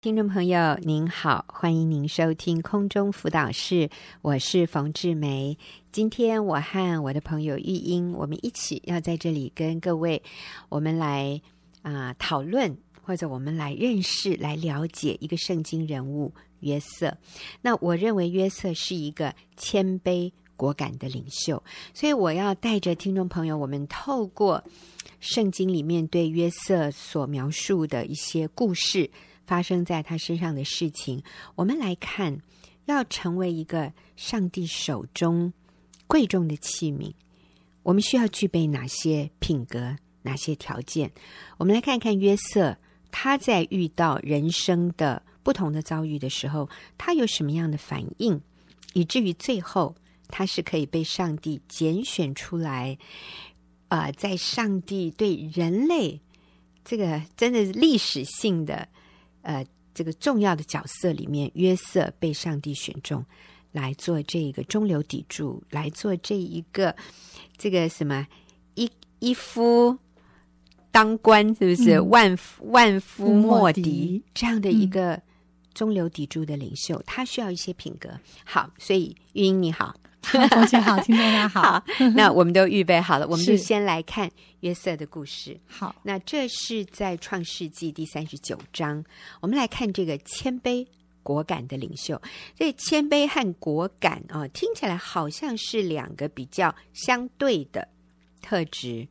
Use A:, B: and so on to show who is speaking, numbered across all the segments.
A: 听众朋友您好，欢迎您收听空中辅导室，我是冯志梅。今天我和我的朋友玉英，我们一起要在这里跟各位，我们来啊、讨论，或者我们来认识、来了解一个圣经人物约瑟。那我认为约瑟是一个谦卑果敢的领袖，所以我要带着听众朋友，我们透过圣经里面对约瑟所描述的一些故事。发生在他身上的事情，我们来看，要成为一个上帝手中贵重的器皿，我们需要具备哪些品格、哪些条件？我们来看看约瑟，他在遇到人生的不同的遭遇的时候，他有什么样的反应，以至于最后他是可以被上帝拣选出来，呃，在上帝对人类这个真的是历史性的。呃这个重要的角色里面，约瑟被上帝选中来做这一个中流砥柱，来做这一个这个什么一一夫当关，是不是、
B: 嗯
A: 万夫万夫
B: 夫
A: 莫
B: 莫
A: 敌
B: 敌
A: 这样的一个中流砥柱的领袖，他需要一些品格。好，所以玉英你好，
B: 同学好，听众大家好，
A: 好，那我们都预备好了，我们就是先来看约瑟的故事。
B: 好，
A: 那这是在创世纪第三十九章，我们来看这个谦卑果敢的领袖。这谦卑和果敢啊、听起来好像是两个比较相对的特质。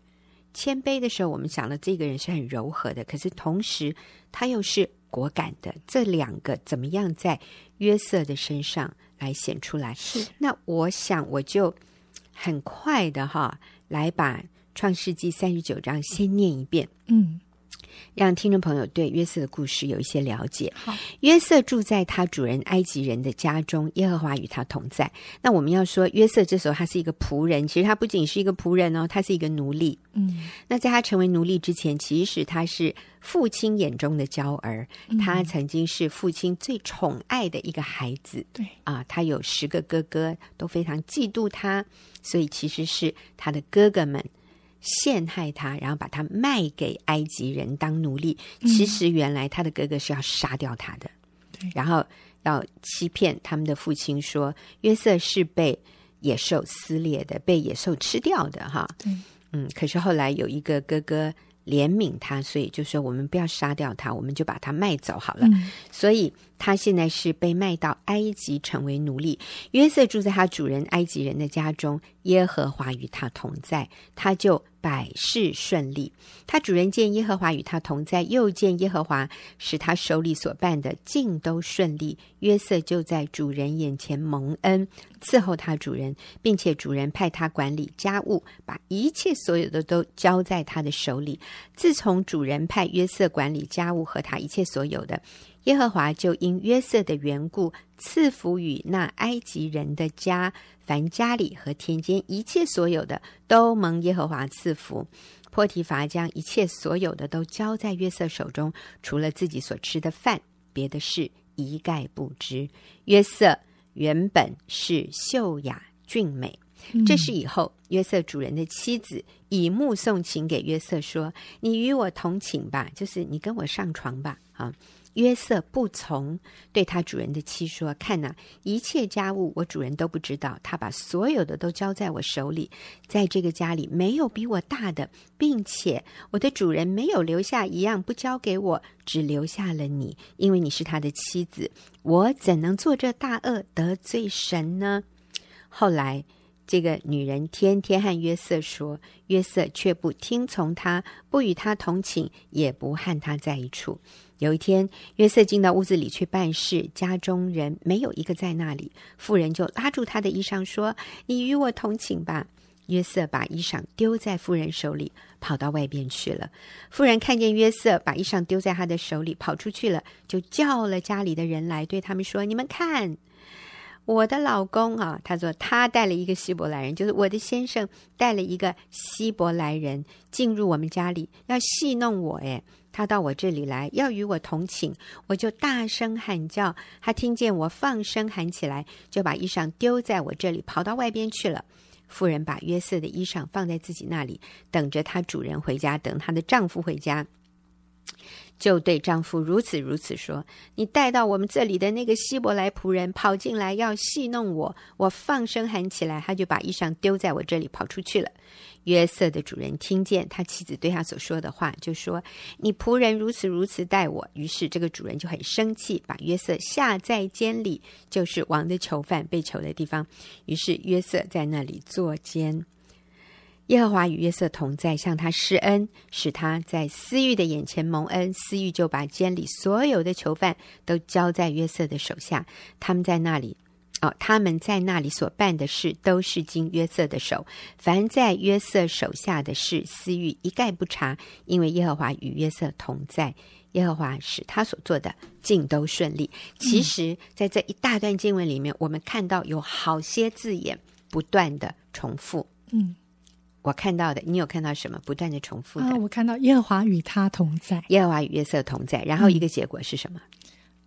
A: 谦卑的时候，我们想了这个人是很柔和的，可是同时他又是果敢的。这两个怎么样在约瑟的身上来显出来？
B: 是
A: 那我想我就很快的哈，来把《创世纪》三十九章先念一遍，
B: 嗯，
A: 让听众朋友对约瑟的故事有一些了解。
B: 好，
A: 约瑟住在他主人埃及人的家中，耶和华与他同在。那我们要说，约瑟这时候他是一个仆人，其实他不仅是一个仆人哦，他是一个奴隶。
B: 嗯，
A: 那在他成为奴隶之前，其实他是父亲眼中的娇儿，他曾经是父亲最宠爱的一个孩子。
B: 对，
A: 啊，他有十个哥哥，都非常嫉妒他，所以其实是他的哥哥们陷害他，然后把他卖给埃及人当奴隶。其实原来他的哥哥是要杀掉他的，
B: 嗯对
A: 然后要欺骗他们的父亲说约瑟是被野兽撕裂的，被野兽吃掉的哈。
B: 对，
A: 嗯，可是后来有一个哥哥怜悯他，所以就说我们不要杀掉他，我们就把他卖走好了。
B: 嗯，
A: 所以他现在是被卖到埃及成为奴隶。约瑟住在他主人埃及人的家中，耶和华与他同在，他就百事顺利。他主人见耶和华与他同在，又见耶和华使他手里所办的尽都顺利，约瑟就在主人眼前蒙恩，伺候他主人，并且主人派他管理家务，把一切所有的都交在他的手里。自从主人派约瑟管理家务和他一切所有的，耶和华就因约瑟的缘故赐福与那埃及人的家，凡家里和田间一切所有的都蒙耶和华赐福。波提乏将一切所有的都交在约瑟手中，除了自己所吃的饭，别的事一概不知。约瑟原本是秀雅俊美。这是以后约瑟主人的妻子以目送情给约瑟说：“你与我同寝吧，就是你跟我上床吧。”啊，约瑟不从，对他主人的妻说：“看呐、一切家务我主人都不知道，他把所有的都交在我手里，在这个家里没有比我大的，并且我的主人没有留下一样不交给我，只留下了你，因为你是他的妻子。我怎能做这大恶得罪神呢？”后来，这个女人天天和约瑟说，约瑟却不听从她，不与她同寝，也不和她在一处。有一天，约瑟进到屋子里去办事，家中人没有一个在那里。妇人就拉住他的衣裳说：“你与我同寝吧。”约瑟把衣裳丢在妇人手里，跑到外边去了。妇人看见约瑟把衣裳丢在他的手里，跑出去了，就叫了家里的人来，对他们说：“你们看，我的老公啊，他说他带了一个希伯来人，就是我的先生带了一个希伯来人进入我们家里，要戏弄我。哎，他到我这里来，要与我同寝，我就大声喊叫。他听见我放声喊起来，就把衣裳丢在我这里，跑到外边去了。妇人把约瑟的衣裳放在自己那里，等着她主人回家，等她的丈夫回家。就对丈夫如此如此说：“你带到我们这里的那个希伯来仆人跑进来要戏弄我，我放声喊起来，他就把衣裳丢在我这里跑出去了。”约瑟的主人听见他妻子对他所说的话，就说：“你仆人如此如此待我。”于是这个主人就很生气，把约瑟下在监里，就是王的囚犯被囚的地方。于是约瑟在那里坐监。耶和华与约瑟同在，向他施恩，使他在私欲的眼前蒙恩。私欲就把监里所有的囚犯都交在约瑟的手下，他们在那里。哦，他们在那里所办的事都是经约瑟的手，凡在约瑟手下的事，私欲一概不查，因为耶和华与约瑟同在，耶和华使他所做的尽都顺利。其实，在这一大段经文里面，我们看到有好些字眼不断的重复。
B: 嗯
A: 我看到的，你有看到什么不断的重复的？
B: 啊，我看到耶和华与他同在
A: 耶和华与约瑟同在，然后一个结果是什么？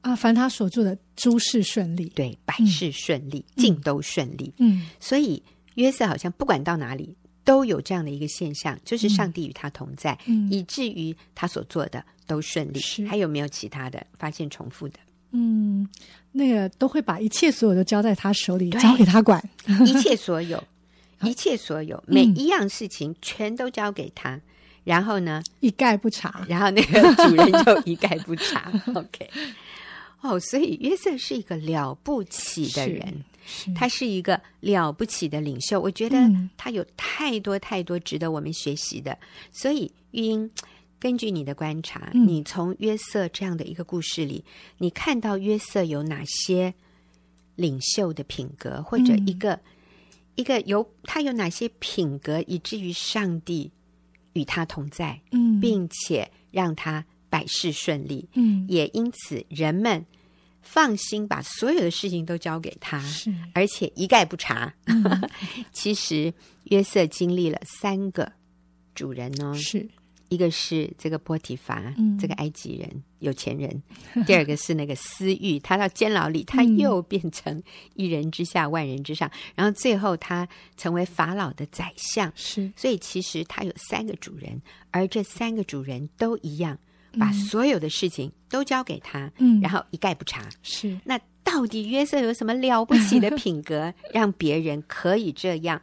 B: 啊，凡他所做的诸事顺利。
A: 对，百事顺利，尽、都顺利。
B: 嗯
A: 所以约瑟好像不管到哪里都有这样的一个现象，就是上帝与他同在，
B: 嗯
A: 以至于他所做的都顺利
B: 是。
A: 还有没有其他的发现重 复的？
B: 嗯，那个都会把一切所有都交在他手里，
A: 对
B: 交给他管。
A: 一切所有，一切所有，
B: 嗯
A: 每一样事情全都交给他。然后 呢，
B: 一概不查。
A: 然后那个主人就一概不查。OK，哦，所以约瑟是一个了不起的
B: 是
A: 人，
B: 是
A: 他是一个了不起的领袖。我觉得
B: 嗯
A: 他有太多太多值得我们学习的。所以玉英，根据你的观察，
B: 嗯
A: 你从约瑟这样的一个故事里，你看到约瑟有哪些领袖的品格，或者一
B: 嗯
A: 个、一个有他有哪些品格，以至于上帝与他同在？
B: 嗯
A: 并且让他百事顺利，
B: 嗯
A: 也因此人们放心把所有的事情都交给他，
B: 是
A: 而且一概不查。
B: 嗯
A: 其实约瑟经历了三个主人哦，
B: 是
A: 一个是这个波提乏，
B: 嗯
A: 这个埃及人有钱人； 第二个是那个私欲，他到监牢里，他
B: 嗯
A: 又变成一人之下万人之上，然后最后他成为法老的宰相。
B: 是
A: 所以其实他有三个主人，而这三个主人都一样，把所有的事情都交给他，
B: 嗯
A: 然后一概不查。
B: 是
A: 那到底约瑟有什么了不起的品 格，让别人可以这样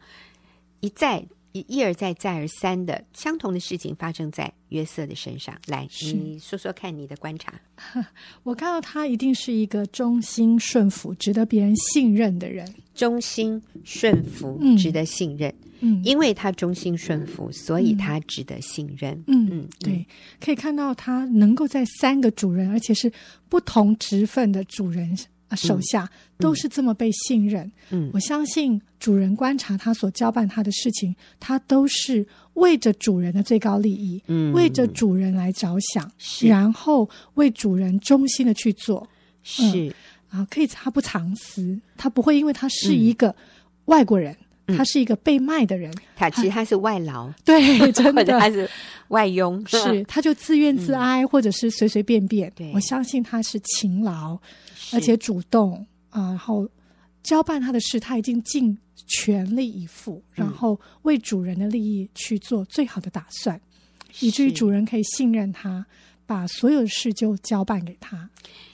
A: 一再一一而再再而三的相同的事情发生在约瑟的身上？来，
B: 是
A: 你说说看你的观察。
B: 我看到他一定是一个忠心顺服、值得别人信任的人。
A: 忠心顺服
B: 嗯，
A: 值得信任，
B: 嗯
A: 因为他忠心顺服，所以他值得信任。
B: 嗯，
A: 嗯，
B: 对，可以看到他能够在三个主人，而且是不同职分的主人呃手下，都是这么被信任。
A: 嗯
B: 我相信主人观察他所交办他的事情，他都是为着主人的最高利益，
A: 嗯
B: 为着主人来着想，
A: 是
B: 然后为主人忠心的去做
A: 是
B: 啊。可以，他不藏私，他不会因为他是
A: 嗯
B: 一个外国人，他是一个被卖的人，
A: 他其实他是外劳，
B: 对， 真
A: 或
B: 的
A: 者他是外佣，
B: 是，他就自怨自哀，或者是随随便便。
A: 嗯对
B: 我相信他是勤劳，
A: 是
B: 而且主动啊、然后交办他的事，他已经尽全力以赴，
A: 嗯
B: 然后为主人的利益去做最好的打算，以至于
A: 是
B: 主人可以信任他，把所有的事就交办给他。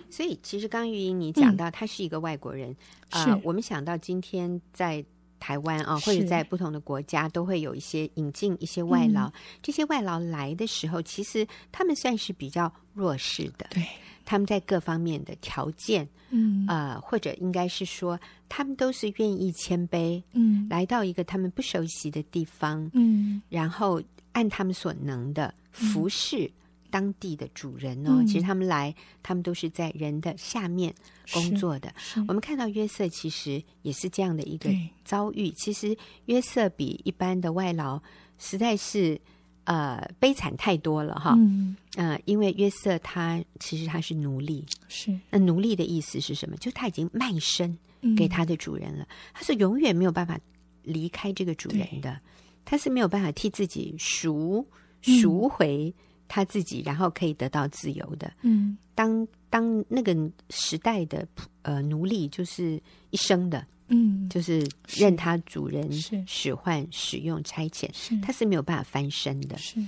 A: 所以其实刚玉英你讲到他是一个外国人，啊、
B: 嗯是
A: 我们想到今天在。台湾啊，或者
B: 是
A: 在不同的国家，都会有一些引进一些外
B: 嗯
A: 劳。这些外劳来的时候，其实他们算是比较弱势的，
B: 对，
A: 他们在各方面的条件，
B: 嗯
A: 呃，或者应该是说，他们都是愿意谦卑，
B: 嗯
A: 来到一个他们不熟悉的地方，
B: 嗯，
A: 然后按他们所能的服侍当地的主人哦。
B: 嗯
A: 其实他们来，他们都是在人的下面工作的。
B: 是
A: 我们看到约瑟其实也是这样的一个
B: 对
A: 遭遇。其实约瑟比一般的外劳实在是呃悲惨太多了哈。
B: 嗯
A: 呃，因为约瑟他其实他是奴隶，
B: 是
A: 那奴隶的意思是什么？就他已经卖身
B: 嗯
A: 给他的主人了，他是永远没有办法离开这个主人的，他是没有办法替自己赎
B: 嗯
A: 赎回他自己，然后可以得到自由的。
B: 嗯
A: 当当那个时代的仆呃奴隶就是一生的，
B: 嗯
A: 就是
B: 是
A: 任他主人
B: 是
A: 使唤、使用、差遣，
B: 是
A: 他是没有办法翻身的。
B: 是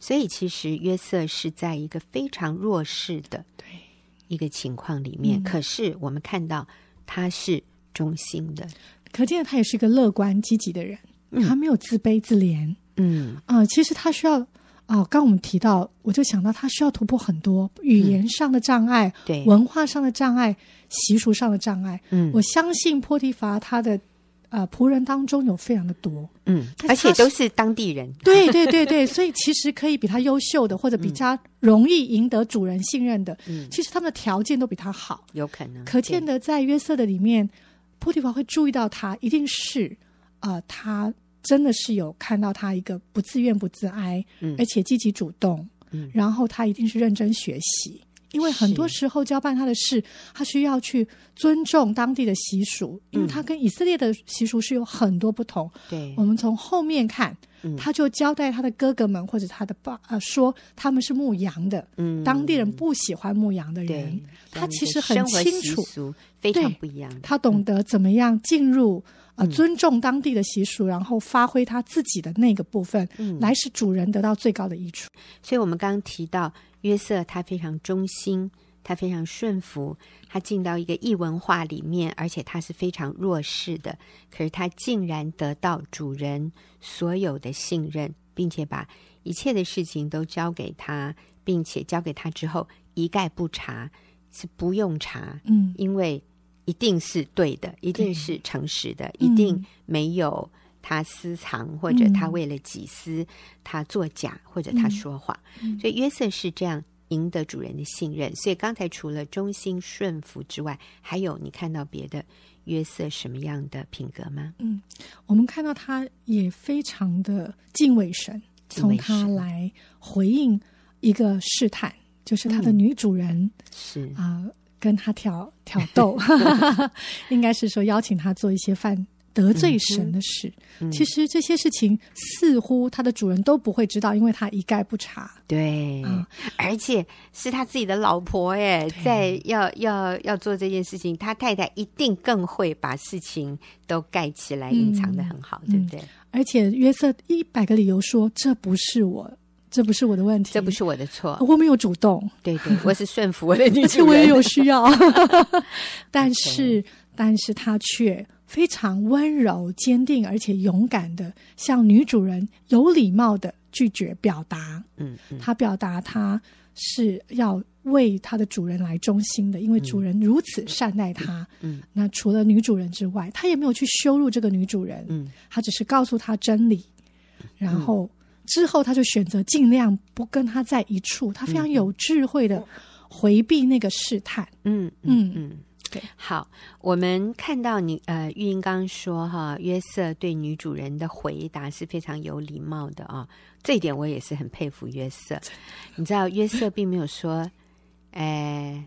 A: 所以其实约瑟是在一个非常弱势的
B: 对，
A: 一个情况里面，
B: 嗯
A: 可是我们看到他是忠心的，
B: 可见他也是一个乐观积极的人，
A: 嗯
B: 他没有自卑自怜
A: 嗯
B: 啊、其实他需要啊、刚我们提到，我就想到他需要突破很多语言上的障碍、
A: 对，
B: 文化上的障碍、习俗上的障碍。
A: 嗯
B: 我相信波提乏他的啊、仆人当中有非常的 多，
A: 嗯，
B: 但
A: 而
B: 是他
A: 且都是当地人，
B: 对对对对，所以其实可以比他优秀的，或者比较容易赢得主人信任的，
A: 嗯，
B: 其实他们的条件都比他好。
A: 有可能，
B: 可见的，在约瑟的里面，波提乏会注意到他，一定是啊、呃他真的是有看到他一个不自怨不自哀，
A: 嗯
B: 而且积极主动，
A: 嗯
B: 然后他一定是认真学习。因为很多
A: 是
B: 时候交办他的事，他需要去尊重当地的习俗，因为
A: 嗯
B: 他跟以色列的习俗是有很多不同。
A: 对
B: 我，们从后面看
A: 嗯，
B: 他就交代他的哥哥们或者他的爸呃说他们是牧羊的，
A: 嗯
B: 当地人不喜欢牧羊的人，
A: 对，
B: 他
A: 们
B: 其
A: 的
B: 实很
A: 生活
B: 清
A: 习
B: 楚
A: 俗非常
B: 对
A: 不一样，
B: 他懂得怎么样进入呃
A: 嗯
B: 尊重当地的习俗，然后发挥他自己的那个部分，
A: 嗯
B: 来使主人得到最高的益处。
A: 所以我们刚刚提到约瑟，他非常忠心，他非常顺服，他进到一个异文化里面，而且他是非常弱势的，可是他竟然得到主人所有的信任，并且把一切的事情都交给他，并且交给他之后一概不查，是不用查，
B: 嗯，
A: 因为一定是对的，一定
B: 对
A: 是诚实的，
B: 嗯
A: 一定没有他私藏或者他为了己私、他作假或者他说谎。
B: 嗯
A: 所以约瑟是这样赢得主人的信任。所以刚才除了忠心顺服之外，还有你看到别的约瑟什么样的品格吗？
B: 我们看到他也非常的敬畏神，
A: 敬畏
B: 从
A: 神
B: 他来回应一个试探，就是他的
A: 嗯
B: 女主人
A: 是
B: 啊、跟他挑挑 逗， 应该是说邀请他做一些犯得罪神的事。
A: 嗯
B: 其实这些事情似乎他的主人都不会知道，因为他一概不查。
A: 对，
B: 啊
A: 而且是他自己的老婆哎，在要要要做这件事情，他太太一定更会把事情都盖起来，隐藏的很好，
B: 嗯
A: 对不对？
B: 而且约瑟一百个理由说这不是我，这不是我的问题，
A: 这不是我的错，
B: 我没有主 动，
A: 对对，我是顺服我的女
B: 而且
A: 主
B: 哦我也
A: 人，
B: 有需 要，但是但是他却非常温柔、坚定，而且勇敢的向女主人有礼貌的拒绝表达，
A: 嗯嗯，
B: 他表达他是要。为他的主人来忠心的，因为主人如此善待他。
A: 嗯，
B: 那除了女主人之外，他也没有去羞辱这个女主人。
A: 嗯
B: 他只是告诉他真理，然后之后他就选择尽量不跟他在一处，他非常有智慧的回避那个试探。
A: 嗯嗯
B: 嗯
A: 嗯，
B: 对。
A: 好，我们看到你呃，玉英刚刚说哈，约瑟对女主人的回答是非常有礼貌的啊、这一点我也是很佩服约瑟。你知道约瑟并没有说，哎。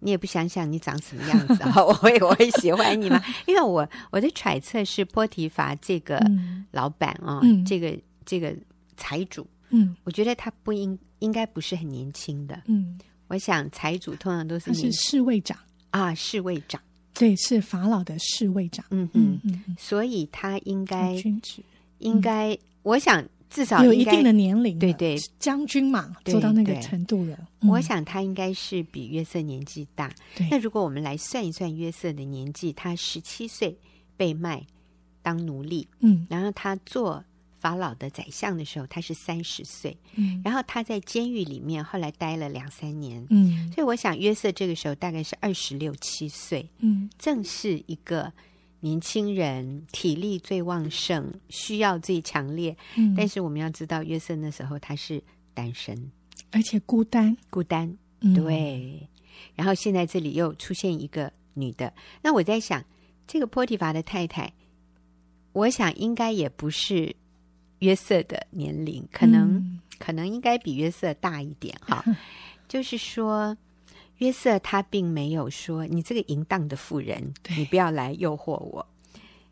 A: 你也不想想你长什么样子啊？我会我会喜欢 你吗？因为我我的揣测是波提乏这个
B: 嗯
A: 老板啊、
B: 嗯
A: 这个这个财主，
B: 嗯
A: 我觉得他不应应该不是很年轻的。
B: 嗯，
A: 我想财主通常都是
B: 他
A: 年
B: 是侍卫长，
A: 啊侍卫长，
B: 对，是法老的侍卫长。
A: 嗯哼
B: 嗯，嗯嗯，
A: 所以他应该
B: 军职
A: 应该，我想至少
B: 有
A: 应
B: 一
A: 该
B: 定的，年龄了，
A: 对对
B: 将军嘛，
A: 对
B: 做到那个
A: 对
B: 程度了。
A: 我
B: 嗯
A: 想他应该是比约瑟年纪大。
B: 对
A: 那如果我们来算一算约瑟的年纪，他十七岁被卖当奴隶，
B: 嗯
A: 然后他做法老的宰相的时候，他是三十岁，
B: 嗯
A: 然后他在监狱里面后来待了两三年。
B: 嗯
A: 所以我想，约瑟这个时候大概是二十六七岁，
B: 嗯
A: 正是一个年轻人体力最旺盛、需要最强烈，
B: 嗯，
A: 但是我们要知道，约瑟那时候他是单身、
B: 而且孤单，
A: 孤单，
B: 嗯，
A: 对。然后现在这里又出现一个女的，那我在想，这个波提乏的太太，我想应该也不是约瑟的年龄，可能、
B: 嗯
A: 可能应该比约瑟大一点哈、 就是说，约瑟他并没有说你这个淫荡的妇人，
B: 对
A: 你不要来诱惑我，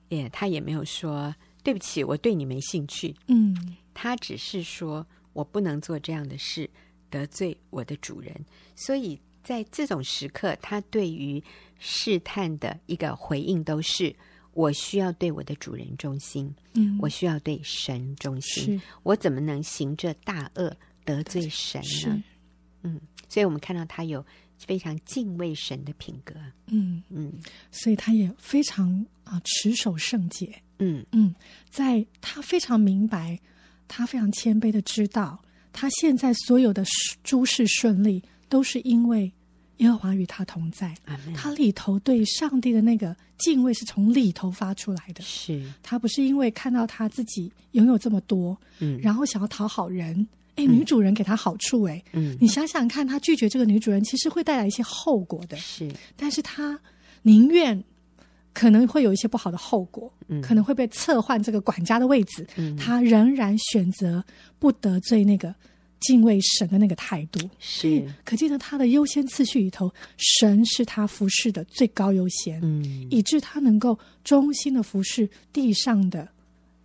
A: 也他也没有说对不起，我对你没兴趣，
B: 嗯
A: 他只是说我不能做这样的事，得罪我的主人。所以在这种时刻，他对于试探的一个回应都是：我需要对我的主人忠心，
B: 嗯，
A: 我需要对神忠心，
B: 是
A: 我怎么能行这大恶得罪神
B: 是
A: 呢？嗯，所以我们看到他有非常敬畏神的品格。
B: 嗯，
A: 嗯
B: 所以他也非常啊、持守圣洁，
A: 嗯
B: 嗯，在他非常明白，他非常谦卑的知道，他现在所有的诸事顺利，都是因为耶和华与他同在。
A: 阿门。
B: 他里头对上帝的那个敬畏是从里头发出来的，
A: 是
B: 他不是因为看到他自己拥有这么多，
A: 嗯
B: 然后想要讨好人。哎，女主人给他好处哎，
A: 嗯
B: 你想想看，他拒绝这个女主人，其实会带来一些后果的。
A: 是
B: 但是他宁愿可能会有一些不好的后果，
A: 嗯
B: 可能会被撤换这个管家的位置，
A: 嗯
B: 他仍然选择不得罪那个敬畏神的那个态度。
A: 是
B: 可见得他的优先次序里头，神是他服侍的最高优先，
A: 嗯
B: 以致他能够忠心的服侍地上的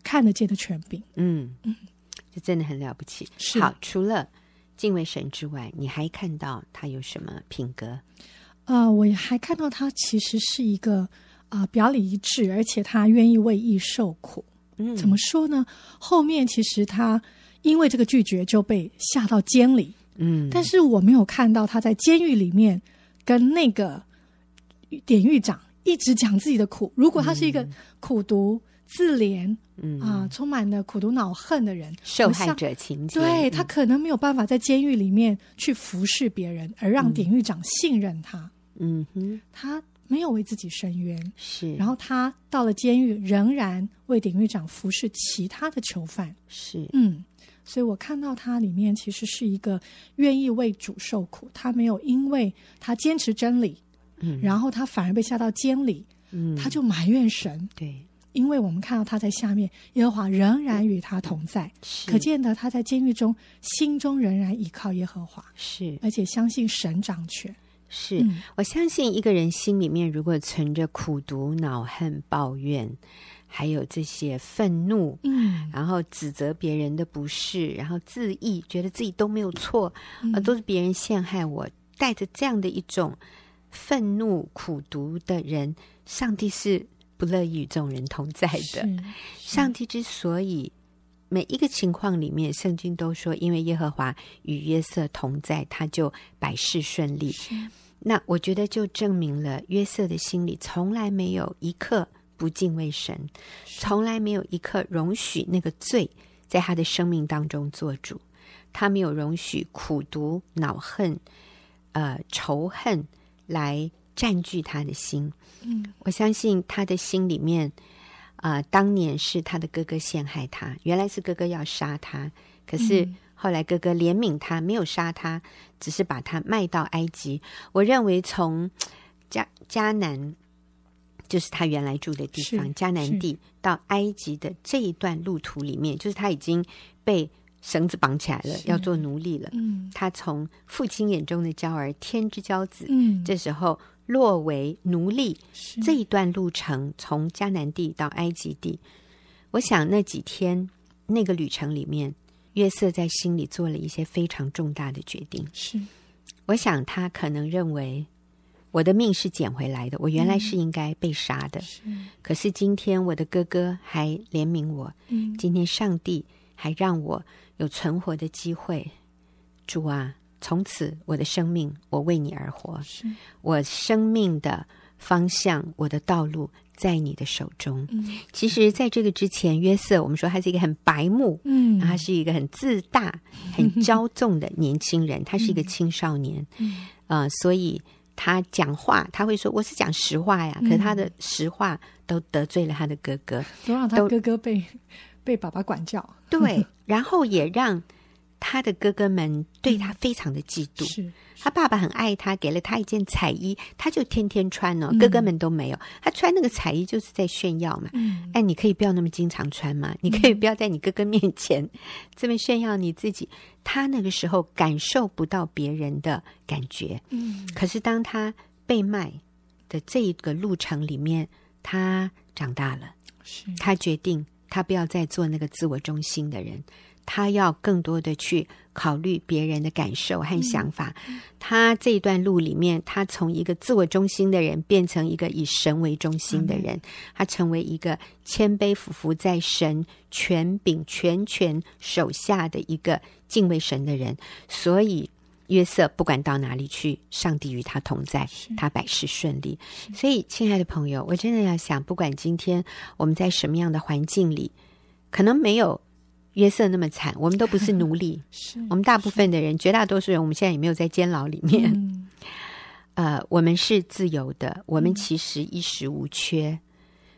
B: 看得见的权柄。
A: 嗯嗯，这真的很了不起。
B: 是
A: 好，除了敬畏神之外，你还看到他有什么品格？
B: 呃，我也还看到他其实是一个啊、表里一致，而且他愿意为义受苦。
A: 嗯
B: 怎么说呢？后面其实他因为这个拒绝就被下到监里，
A: 嗯
B: 但是我没有看到他在监狱里面跟那个典狱长一直讲自己的苦。如果他是一个苦读、自怜
A: 嗯
B: 啊、充满了苦读恼恨的人，
A: 受
B: 我
A: 害
B: 像
A: 者情节，
B: 对
A: 嗯
B: 他可能没有办法在监狱里面去服侍别人，而让典狱长信任他。
A: 嗯哼
B: 他没有为自己伸冤，
A: 是，
B: 然后他到了监狱，仍然为典狱长服侍其他的囚犯。
A: 是
B: 嗯，所以我看到他里面其实是一个愿意为主受苦，他没有因为他坚持真理，
A: 嗯
B: 然后他反而被下到监里，
A: 嗯
B: 他就埋怨神，
A: 对
B: 因为我们看到他在下面，耶和华仍然与他同在，
A: 嗯是
B: 可见得他在监狱中心中仍然依靠耶和华，
A: 是
B: 而且相信神掌权。
A: 嗯是
B: 嗯，
A: 我相信一个人心里面如果存着苦毒、恼恨、抱怨，还有这些愤怒。
B: 嗯，
A: 然后指责别人的不是，然后自意，觉得自己都没有错，啊、
B: 嗯
A: 都是别人陷害我，带着这样的一种愤怒、苦毒的人，上帝是不乐意与这种人同在的。
B: 是
A: 上帝之所以每一个情况里面，圣经都说，因为耶和华与约瑟同在，他就百事顺利。那我觉得就证明了约瑟的心里从来没有一刻不敬畏神，从来没有一刻容许那个罪在他的生命当中做主，他没有容许苦毒、恼恨、呃仇恨来占据他的心。
B: 嗯，
A: 我相信他的心里面，呃，当年是他的哥哥陷害他，原来是哥哥要杀他，可是
B: 嗯
A: 后来哥哥怜悯他，没有杀他，只是把他卖到埃及。我认为从迦迦南，就是他原来住的地
B: 是
A: 方迦南地，到埃及的这一段路途里面，就是他已经被绳子绑起来了，
B: 是
A: 要做奴隶了。
B: 嗯
A: 他从父亲眼中的娇儿，天之骄子，
B: 嗯，
A: 这时候落为奴隶，
B: 是
A: 这一段路程从迦南地到埃及地，我想那几天那个旅程里面，约瑟在心里做了一些非常重大的决定。
B: 是
A: 我想他可能认为，我的命是捡回来的，我原来是应该被杀的，
B: 是，
A: 可是今天我的哥哥还怜悯我，
B: 嗯
A: 今天上帝还让我有存活的机会。主啊，从此我的生命我为你而活。
B: 是，
A: 我生命的方向，我的道路在你的手中。
B: 嗯
A: 其实，在这个之前，约瑟，我们说他是一个很白目，
B: 嗯
A: 然后他是一个很自大、很骄纵的年轻 人，他是一个青少年，
B: 嗯
A: 呃，所以他讲话，他会说我是讲实话呀，
B: 嗯
A: 可是他的实话都得罪了他的哥哥，
B: 都让他
A: 都
B: 哥哥被被爸爸管教，
A: 对，然后也让他的哥哥们对他非常的嫉妒，
B: 是
A: 他爸爸很爱他，给了他一件彩衣，他就天天穿哦
B: 嗯，
A: 哥哥们都没有。他穿那个彩衣就是在炫耀嘛。
B: 嗯
A: 哎，你可以不要那么经常穿嘛，你可以不要在你哥哥面前 这么炫耀你自己。他那个时候感受不到别人的感觉，
B: 嗯
A: 可是当他被卖的这一个路程里面，他长大了。
B: 是，
A: 他决定他不要再做那个自我中心的人，他要更多的去考虑别人的感受和想法。他这一段路里面，他从一个自我中心的人变成一个以神为中心的人，他成为一个谦卑俯伏在神权柄全权手下的一个敬畏神的人。所以约瑟不管到哪里去，上帝与他同在，他百事顺利。所以，亲爱的朋友，我真的要想，不管今天我们在什么样的环境里，可能没有约瑟那么惨，我们都不是奴隶
B: 是
A: 我们大部分的人，绝大多数人，我们现在也没有在监牢里面。
B: 嗯
A: 呃，我们是自由的，我们其实衣食无缺。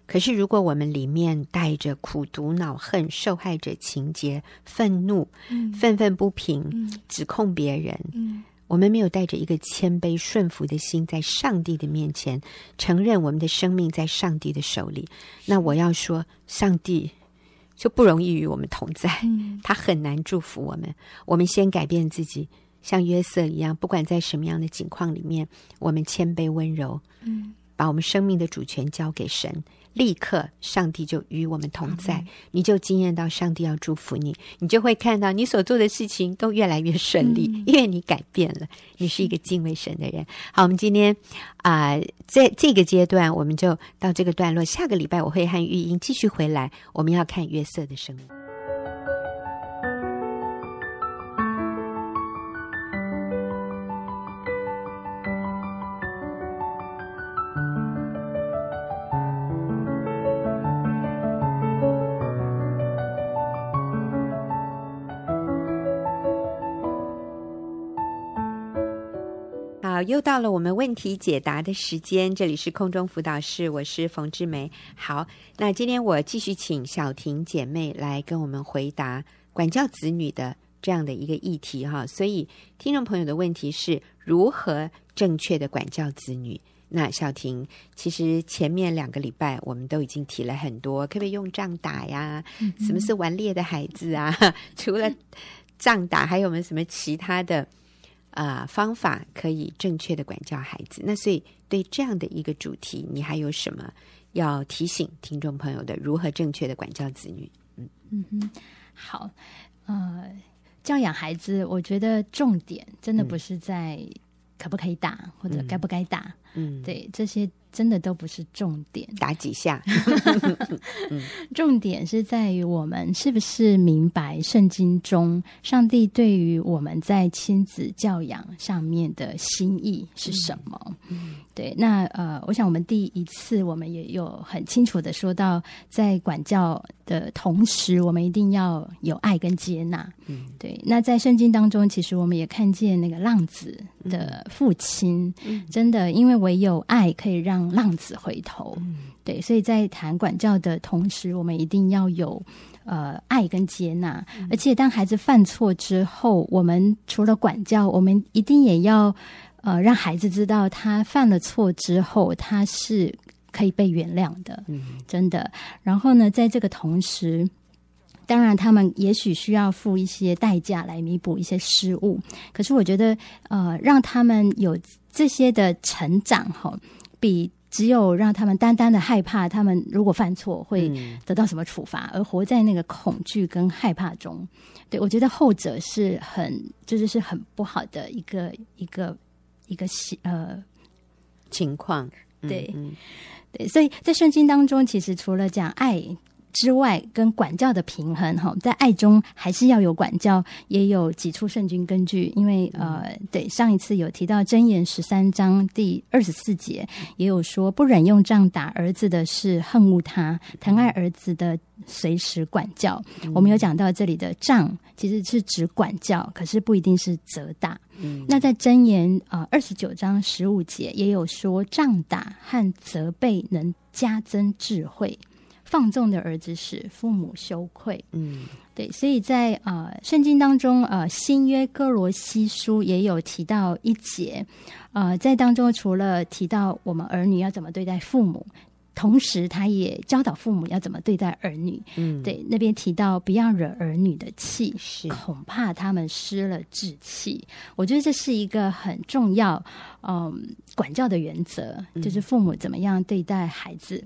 A: 可是，如果我们里面带着苦毒、恼恨、受害者情节、愤怒、
B: 嗯
A: 愤愤不平、
B: 嗯
A: 指控别人，
B: 嗯
A: 我们没有带着一个谦卑顺服的心，在上帝的面前承认我们的生命在上帝的手里，那我要说，上帝就不容易与我们同在。
B: 嗯
A: 他很难祝福我们。我们先改变自己，像约瑟一样，不管在什么样的境况里面，我们谦卑温柔，
B: 嗯，
A: 把我们生命的主权交给神，立刻上帝就与我们同在，
B: 嗯
A: 你就惊艳到上帝要祝福你，你就会看到你所做的事情都越来越顺利，
B: 嗯
A: 因为你改变了，你是一个敬畏神的人。好，我们今天啊、在这个阶段我们就到这个段落，下个礼拜我会和玉英继续回来，我们要看约瑟的生命。好，又到了我们问题解答的时间，这里是空中辅导室，我是冯志梅。好，那今天我继续请小婷姐妹来跟我们回答管教子女的这样的一个议题哈。所以，听众朋友的问题是如何正确的管教子女？那小婷，其实前面两个礼拜我们都已经提了很多，可不可以用杖打呀？什么是顽劣的孩子啊？ 除了杖打，还有没有什么其他的？啊、方法可以正确的管教孩子。那所以对这样的一个主题，你还有什么要提醒听众朋友的？如何正确的管教子女？
C: 好，呃，教养孩子，我觉得重点真的不是在可不可以打、或者该不该打，
A: 嗯，，
C: 对这些真的都不是重点，
A: 打几下，
C: 重点是在于我们是不是明白圣经中上帝对于我们在亲子教养上面的心意是什么。对，那呃，我想我们第一次我们也有很清楚的说到，在管教的同时，我们一定要有爱跟接纳。
A: 嗯，
C: 对。那在圣经当中，其实我们也看见那个浪子的父亲，真的因为唯有爱可以让浪子回头。对，所以在谈管教的同时，我们一定要有呃爱跟接纳，而且当孩子犯错之后，我们除了管教，我们一定也要呃让孩子知道他犯了错之后，他是可以被原谅的，
A: 嗯
C: 真的。然后呢，在这个同时。当然，他们也许需要付一些代价来弥补一些失误。可是，我觉得，呃，让他们有这些的成长，哈，比只有让他们单单的害怕，他们如果犯错会
A: 嗯
C: 得到什么处罚，而活在那个恐惧跟害怕中。对我觉得后者是很，就是是很不好的一个一个一个习呃
A: 情况，嗯
C: 对
A: 嗯
C: 对，所以在圣经当中，其实除了讲爱之外，跟管教的平衡哈，在爱中还是要有管教，也有几处圣经根据。因为呃，对上一次有提到箴言十三章第二十四节，也有说不忍用杖打儿子的是恨恶他，疼爱儿子的随时管教。我们有讲到这里的杖其实是指管教，可是不一定是责打。
A: 嗯
C: 那在箴言啊二十九章十五节也有说，杖打和责备能加增智慧，放纵的儿子使父母羞愧。
A: 嗯
C: 对，所以在呃圣经当中，呃新约哥罗西书也有提到一节，呃在当中除了提到我们儿女要怎么对待父母，同时他也教导父母要怎么对待儿女。
A: 嗯，
C: 对，那边提到不要惹儿女的气，
A: 是
C: 恐怕他们失了志气。我觉得这是一个很重要，嗯，管教的原则，
A: 嗯
C: 就是父母怎么样对待孩子。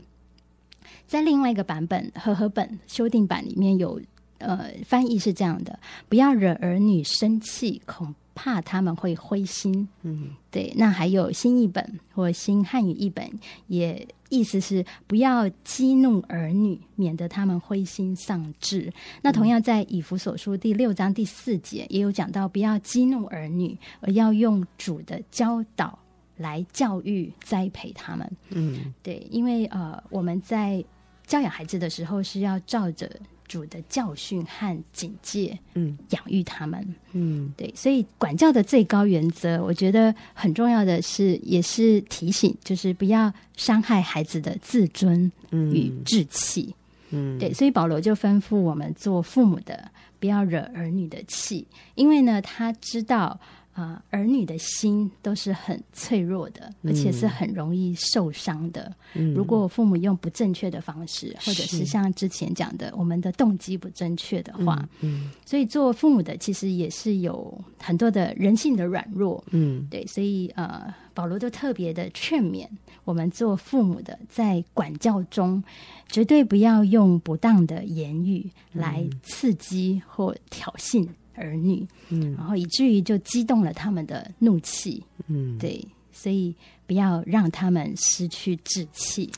C: 在另外一个版本和合本修订版里面有呃，翻译是这样的：不要惹儿女生气，恐怕他们会灰心。
A: 嗯，
C: 对，那还有新译本或新汉语译本，也意思是不要激怒儿女，免得他们灰心丧志。那同样在以弗所书第六章第四节也有讲到，不要激怒儿女，而要用主的教导来教育栽培他们。
A: 嗯，
C: 对，因为呃，我们在教养孩子的时候是要照着主的教训和警戒，
A: 嗯，
C: 养育他们。
A: 嗯，
C: 对，所以管教的最高原则，我觉得很重要的是，也是提醒，就是不要伤害孩子的自尊与
A: 嗯，
C: 志气。
A: 嗯，
C: 对，所以保罗就吩咐我们做父母的，不要惹儿女的气，因为呢，他知道。啊、儿女的心都是很脆弱的，而且是很容易受伤的。
A: 嗯，
C: 如果父母用不正确的方式，或者
A: 是
C: 是像之前讲的，我们的动机不正确的话，
A: 嗯，
C: 所以做父母的其实也是有很多的人性的软弱。
A: 嗯，
C: 对，所以呃，保罗就特别的劝勉我们做父母的，在管教中绝对不要用不当的言语
A: 嗯
C: 来刺激或挑衅儿女，
A: 嗯，
C: 然后以至于就激动了他们的怒气。
A: 嗯，
C: 对，所以不要让他们失去志气。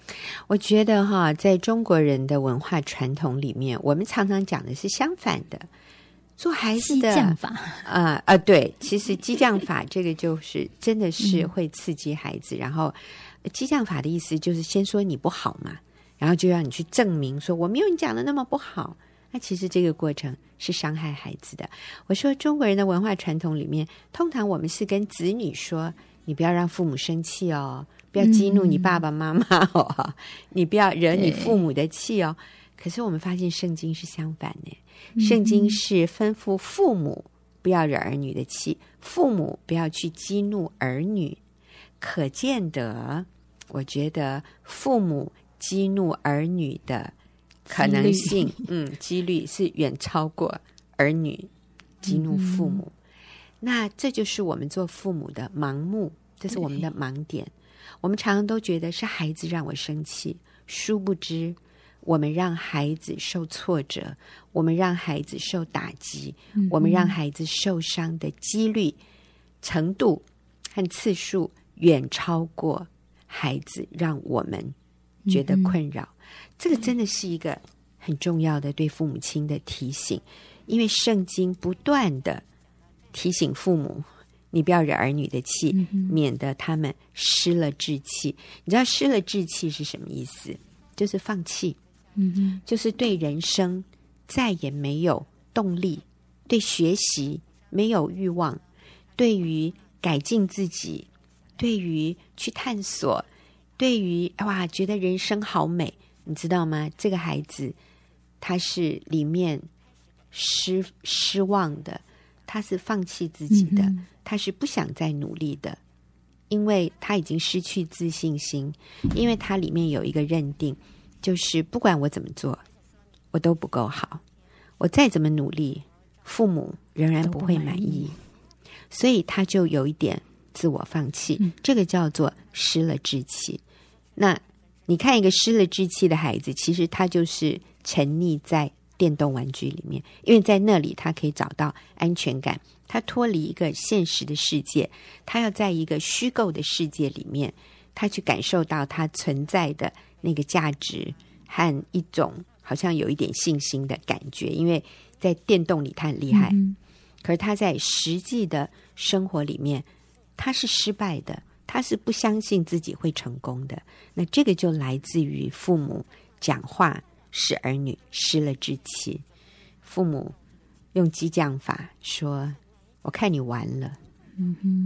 A: 我觉得哈，在中国人的文化传统里面，我们常常讲的是相反的。做孩子
C: 激
A: 哎的
C: 将法，
A: 啊啊，对，其实激将法这个就是真的是会刺激孩子。然后呃激将法的意思就是先说你不好嘛，然后就让你去证明说我没有你讲的那么不好。那其实这个过程是伤害孩子的。我说中国人的文化传统里面，通常我们是跟子女说，你不要让父母生气哦，不要激怒你爸爸妈妈哦，你不要惹你父母的气哦。可是我们发现圣经是相反的，圣经是吩咐父母不要惹儿女的气，父母不要去激怒儿女。可见得，我觉得父母激怒儿女的可能性，嗯，几率是远超过儿女激怒父母。那这就是我们做父母的盲目，这是我们的盲点。我们常常都觉得是孩子让我生气，殊不知我们让孩子受挫折，我们让孩子受打击，
B: 嗯
A: 我们让孩子受伤的几率、程度和次数远超过孩子让我们觉得困扰。
B: 嗯
A: 这个真的是一个很重要的对父母亲的提醒，因为圣经不断的提醒父母。你不要惹儿女的气，
B: 嗯
A: 免得他们失了志气。你知道失了志气是什么意思？就是放弃。
B: 嗯哼，
A: 就是对人生再也没有动力，对学习没有欲望，对于改进自己，对于去探索，对于哇，觉得人生好美，你知道吗？这个孩子他是里面失失望的，他是放弃自己的，他是不想再努力的。因为他已经失去自信心，因为他里面有一个认定，就是不管我怎么做，我都不够好，我再怎么努力，父母仍然不会满
C: 都不满
A: 意，所以他就有一点自我放弃，这个叫做失了志气。那你看一个失了志气的孩子，其实他就是沉溺在电动玩具里面，因为在那里他可以找到安全感，他脱离一个现实的世界，他要在一个虚构的世界里面，他去感受到他存在的那个价值和一种好像有一点信心的感觉，因为在电动里他很厉害，可是他在实际的生活里面，他是失败的，他是不相信自己会成功的。那这个就来自于父母讲话使儿女失了志气，父母用激将法说：“我看你完了，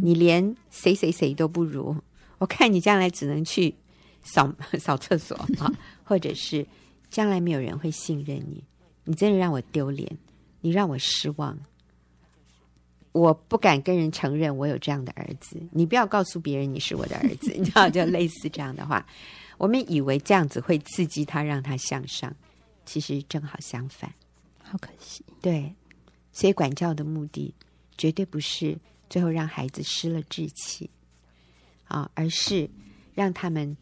A: 你连谁谁谁都不如，我看你将来只能去扫 扫厕所啊，或者是将来没有人会信任你，你真的让我丢脸，你让我失望。”我不敢跟人承认我有这样的儿子，你不要告诉别人你是我的儿子， 你知道，就类似这样的话。我们以为这样子会刺激他，让他向上，其实正好相反。
C: 好可惜。
A: 对，所以管教的目的绝对不是最后让孩子失了志气啊、而是让他们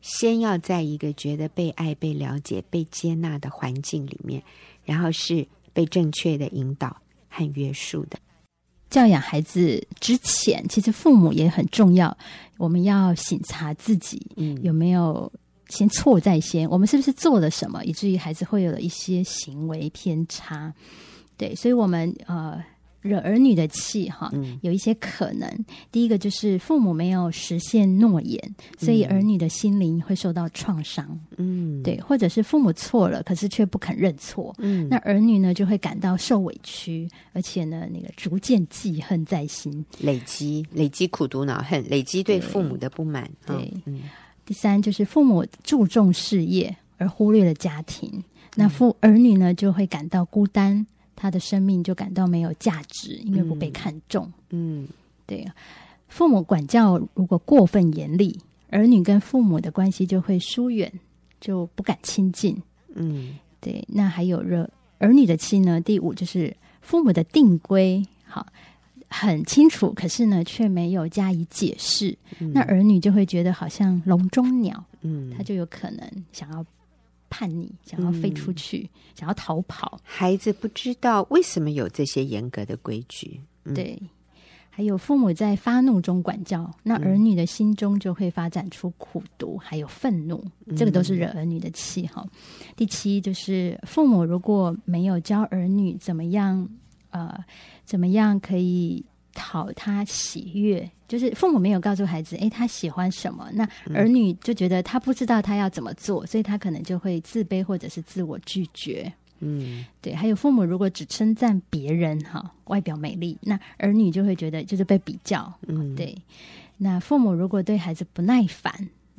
A: 先要在一个觉得被爱、被了解、被接纳的环境里面，然后是被正确的引导和约束的。
C: 教养孩子之前，其实父母也很重要。我们要醒察自己
A: 嗯，
C: 有没有先错在先，我们是不是做了什么，以至于孩子会有了一些行为偏差？对，所以我们呃惹儿女的气哈，
A: 嗯
C: 有一些可能。第一个就是父母没有实现诺言，所以
A: 嗯
C: 儿女的心灵会受到创伤。
A: 嗯，
C: 对，或者是父母错了，可是却不肯认错。
A: 嗯，
C: 那儿女呢就会感到受委屈，而且呢，那个逐渐记恨在心。
A: 累积累积苦毒恼恨，累积对
C: 对
A: 父母的不满。
C: 对
A: 哦嗯
C: 第三就是父母注重事业而忽略了家庭，那父儿女呢就会感到孤单，他的生命就感到没有价值，因为不被看重。
A: 嗯
C: 对，父母管教如果过分严厉，儿女跟父母的关系就会疏远，就不敢亲近。
A: 嗯
C: 对，那还有热儿女的气呢？第五就是父母的定规，好。很清楚，可是呢，却没有加以解释，
A: 嗯
C: 那儿女就会觉得好像笼中鸟，
A: 嗯
C: 他，就有可能想要叛逆，想要飞出去，想要逃跑。
A: 孩子不知道为什么有这些严格的规矩。嗯，
C: 对，还有父母在发怒中管教，那儿女的心中就会发展出苦毒，还有愤怒，这个都是惹儿女的气哈。第七就是父母如果没有教儿女怎么样，呃，怎么样可以。讨他喜悦，就是父母没有告诉孩子，诶，他喜欢什么，那儿女就觉得他不知道他要怎么做，所以他可能就会自卑或者是自我拒绝。
A: 嗯
C: 对，还有父母如果只称赞别人哈外表美丽，那儿女就会觉得就是被比较。
A: 嗯，，
C: 对，那父母如果对孩子不耐烦，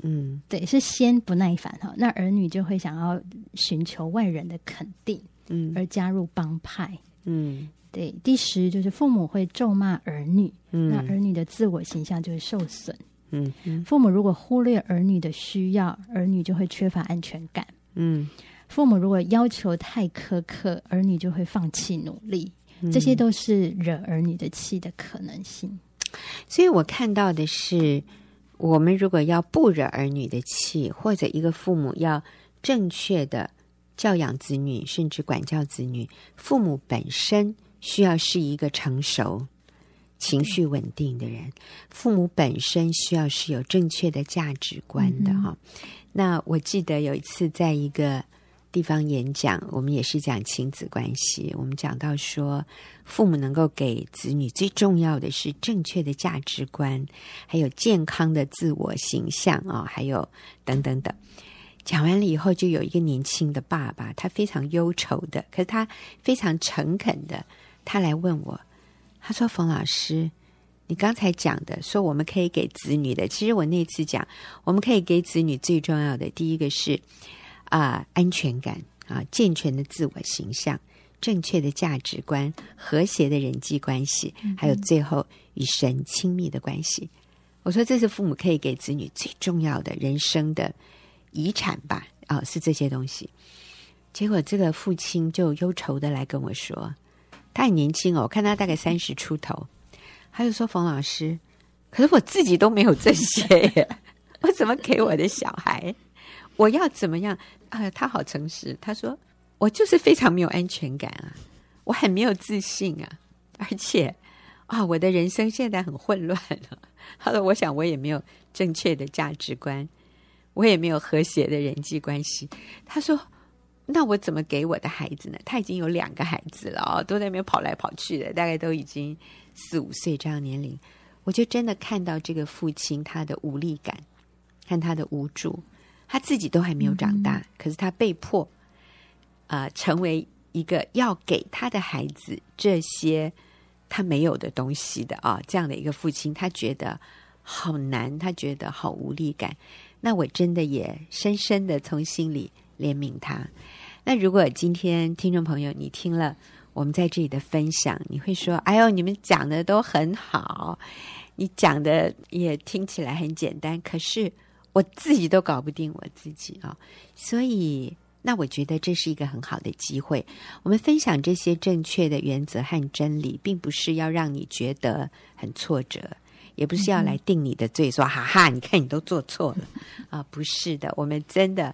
A: 嗯
C: 对，是先不耐烦哈，那儿女就会想要寻求外人的肯定，
A: 嗯
C: 而加入帮派。
A: 嗯
C: 对，第十就是父母会咒骂儿女，那
A: 嗯
C: 儿女的自我形象就会受损。
A: 嗯嗯
C: 父母如果忽略儿女的需要，儿女就会缺乏安全感。
A: 嗯，
C: 父母如果要求太苛刻，儿女就会放弃努力，
A: 嗯
C: 这些都是惹儿女的气的可能性。
A: 所以我看到的是，我们如果要不惹儿女的气，或者一个父母要正确的教养子女，甚至管教子女，父母本身需要是一个成熟。情绪稳定的人，父母本身需要是有正确的价值观的
C: 嗯哼
A: 哈、那我记得有一次在一个地方演讲，我们也是讲亲子关系，我们讲到说，父母能够给子女最重要的是正确的价值观，还有健康的自我形象啊、还有等等等。讲完了以后，就有一个年轻的爸爸，他非常忧愁的，可是他非常诚恳的，他来问我，他说：“冯老师，你刚才讲的说我们可以给子女的，其实我那次讲，我们可以给子女最重要的第一个是啊、安全感啊、健全的自我形象、正确的价值观、和谐的人际关系，还有最后与神亲密的关系。我说这是父母可以给子女最重要的人生的遗产吧？啊、是这些东西。结果这个父亲就忧愁的来跟我说，他很年轻哦，我看他大概三十出头，他就说冯老师，可是我自己都没有这些耶， 我怎么给我的小孩？我要怎么样？啊、他好诚实，他说我就是非常没有安全感啊，我很没有自信啊，而且啊、我的人生现在很混乱了、他说，我想我也没有正确的价值观，我也没有和谐的人际关系。他说。那我怎么给我的孩子呢？他已经有两个孩子了哦，都在那边跑来跑去的，大概都已经四五岁这样的年龄，我就真的看到这个父亲他的无力感和他的无助，他自己都还没有长大，可是他被迫啊、呃成为一个要给他的孩子这些他没有的东西的啊，这样的一个父亲，他觉得好难，他觉得好无力感。那我真的也深深的从心里怜悯他。那如果今天听众朋友你听了我们在这里的分享，你会说：“哎呦，你们讲的都很好，你讲的也听起来很简单，可是我自己都搞不定我自己啊、所以，那我觉得这是一个很好的机会。我们分享这些正确的原则和真理，并不是要让你觉得很挫折，也不是要来定你的罪，说哈哈，你看你都做错了啊！不是的，我们真的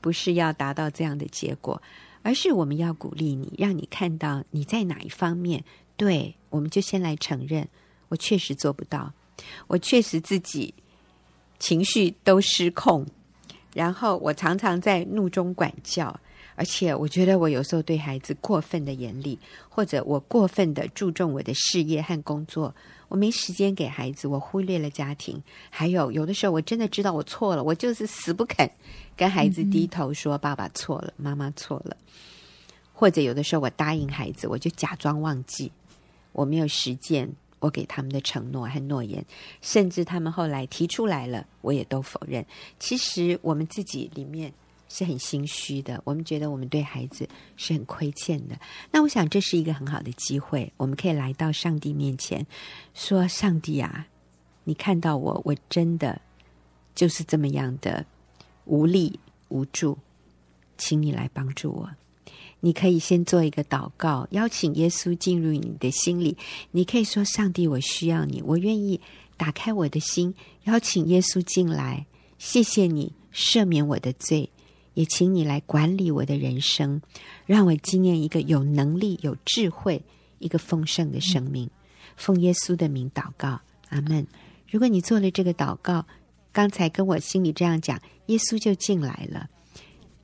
A: 不是要达到这样的结果，而是我们要鼓励你，让你看到你在哪一方面。对，我们就先来承认，我确实做不到，我确实自己情绪都失控，然后我常常在怒中管教，而且我觉得我有时候对孩子过分的严厉，或者我过分的注重我的事业和工作，我没时间给孩子，我忽略了家庭，还有有的时候我真的知道我错了，我就是死不肯跟孩子低头说爸爸错了，妈妈错了，或者有的时候我答应孩子，我就假装忘记，我没有实践。我给他们的承诺和诺言，甚至他们后来提出来了，我也都否认。其实我们自己里面是很心虚的，我们觉得我们对孩子是很亏欠的。那我想这是一个很好的机会，我们可以来到上帝面前，说：“上帝啊，你看到我，我真的就是这么样的无力无助，请你来帮助我。”你可以先做一个祷告，邀请耶稣进入你的心里。你可以说：“上帝，我需要你，我愿意打开我的心，邀请耶稣进来。谢谢你赦免我的罪，也请你来管理我的人生，让我经验一个有能力、有智慧、一个丰盛的生命。”奉耶稣的名祷告，阿门。如果你做了这个祷告，刚才跟我心里这样讲，耶稣就进来了。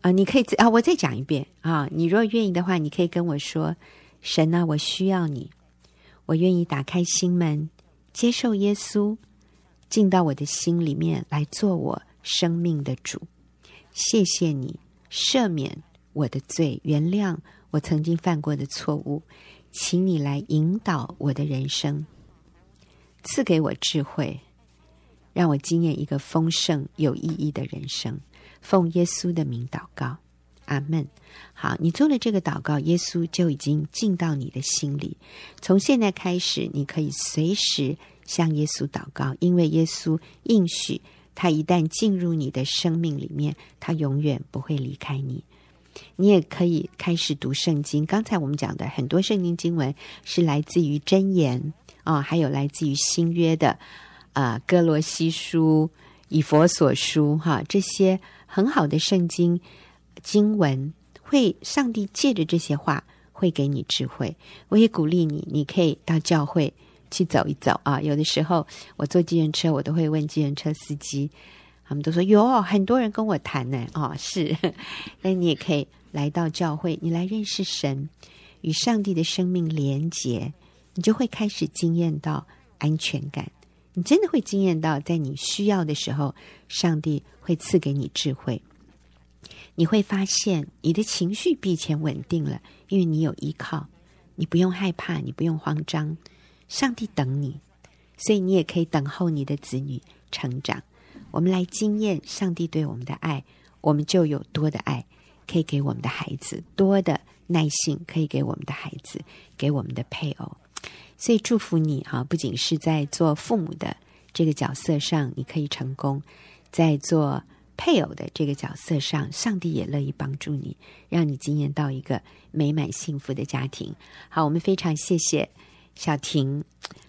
A: 啊，你可以啊，我再讲一遍啊。你若愿意的话，你可以跟我说：“神啊，我需要你，我愿意打开心门，接受耶稣，进到我的心里面来做我生命的主。谢谢你赦免我的罪，原谅我曾经犯过的错误，请你来引导我的人生，赐给我智慧，让我经验一个丰盛有意义的人生。”奉耶稣的名祷告，阿门。好，你做了这个祷告，耶稣就已经进到你的心里。从现在开始，你可以随时向耶稣祷告，因为耶稣应许，他一旦进入你的生命里面，他永远不会离开你。你也可以开始读圣经。刚才我们讲的很多圣经经文是来自于箴言啊、哦，还有来自于新约的啊、呃、哥罗西书、以佛所书哈这些。很好的圣经经文，会上帝借着这些话会给你智慧。我也鼓励你，你可以到教会去走一走啊。有的时候我坐计程车，我都会问计程车司机，他们都说有很多人跟我谈呢。哦，是， 那你也可以来到教会，你来认识神，与上帝的生命连结，你就会开始经验到安全感。你真的会惊艳到，在你需要的时候，上帝会赐给你智慧。你会发现你的情绪比以前稳定了，因为你有依靠，你不用害怕，你不用慌张，上帝等你，所以你也可以等候你的子女成长。我们来经验上帝对我们的爱，我们就有多的爱可以给我们的孩子，多的耐性可以给我们的孩子，给我们的配偶。所以祝福你哈、啊，不仅是在做父母的这个角色上你可以成功，在做配偶的这个角色上，上帝也乐意帮助你，让你经验到一个美满幸福的家庭。好，我们非常谢谢小婷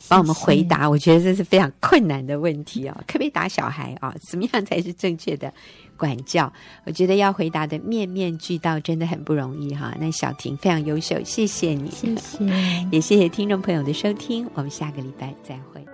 A: 帮我们回答，
C: 谢谢
A: 我觉得嗯这是非常困难的问题哦，可不可以打小孩啊？怎么样才是正确的管教？我觉得要回答的面面俱到，真的很不容易哈、那小婷非常优秀，谢谢你，
C: 谢谢。
A: 也谢谢听众朋友的收听，我们下个礼拜再会。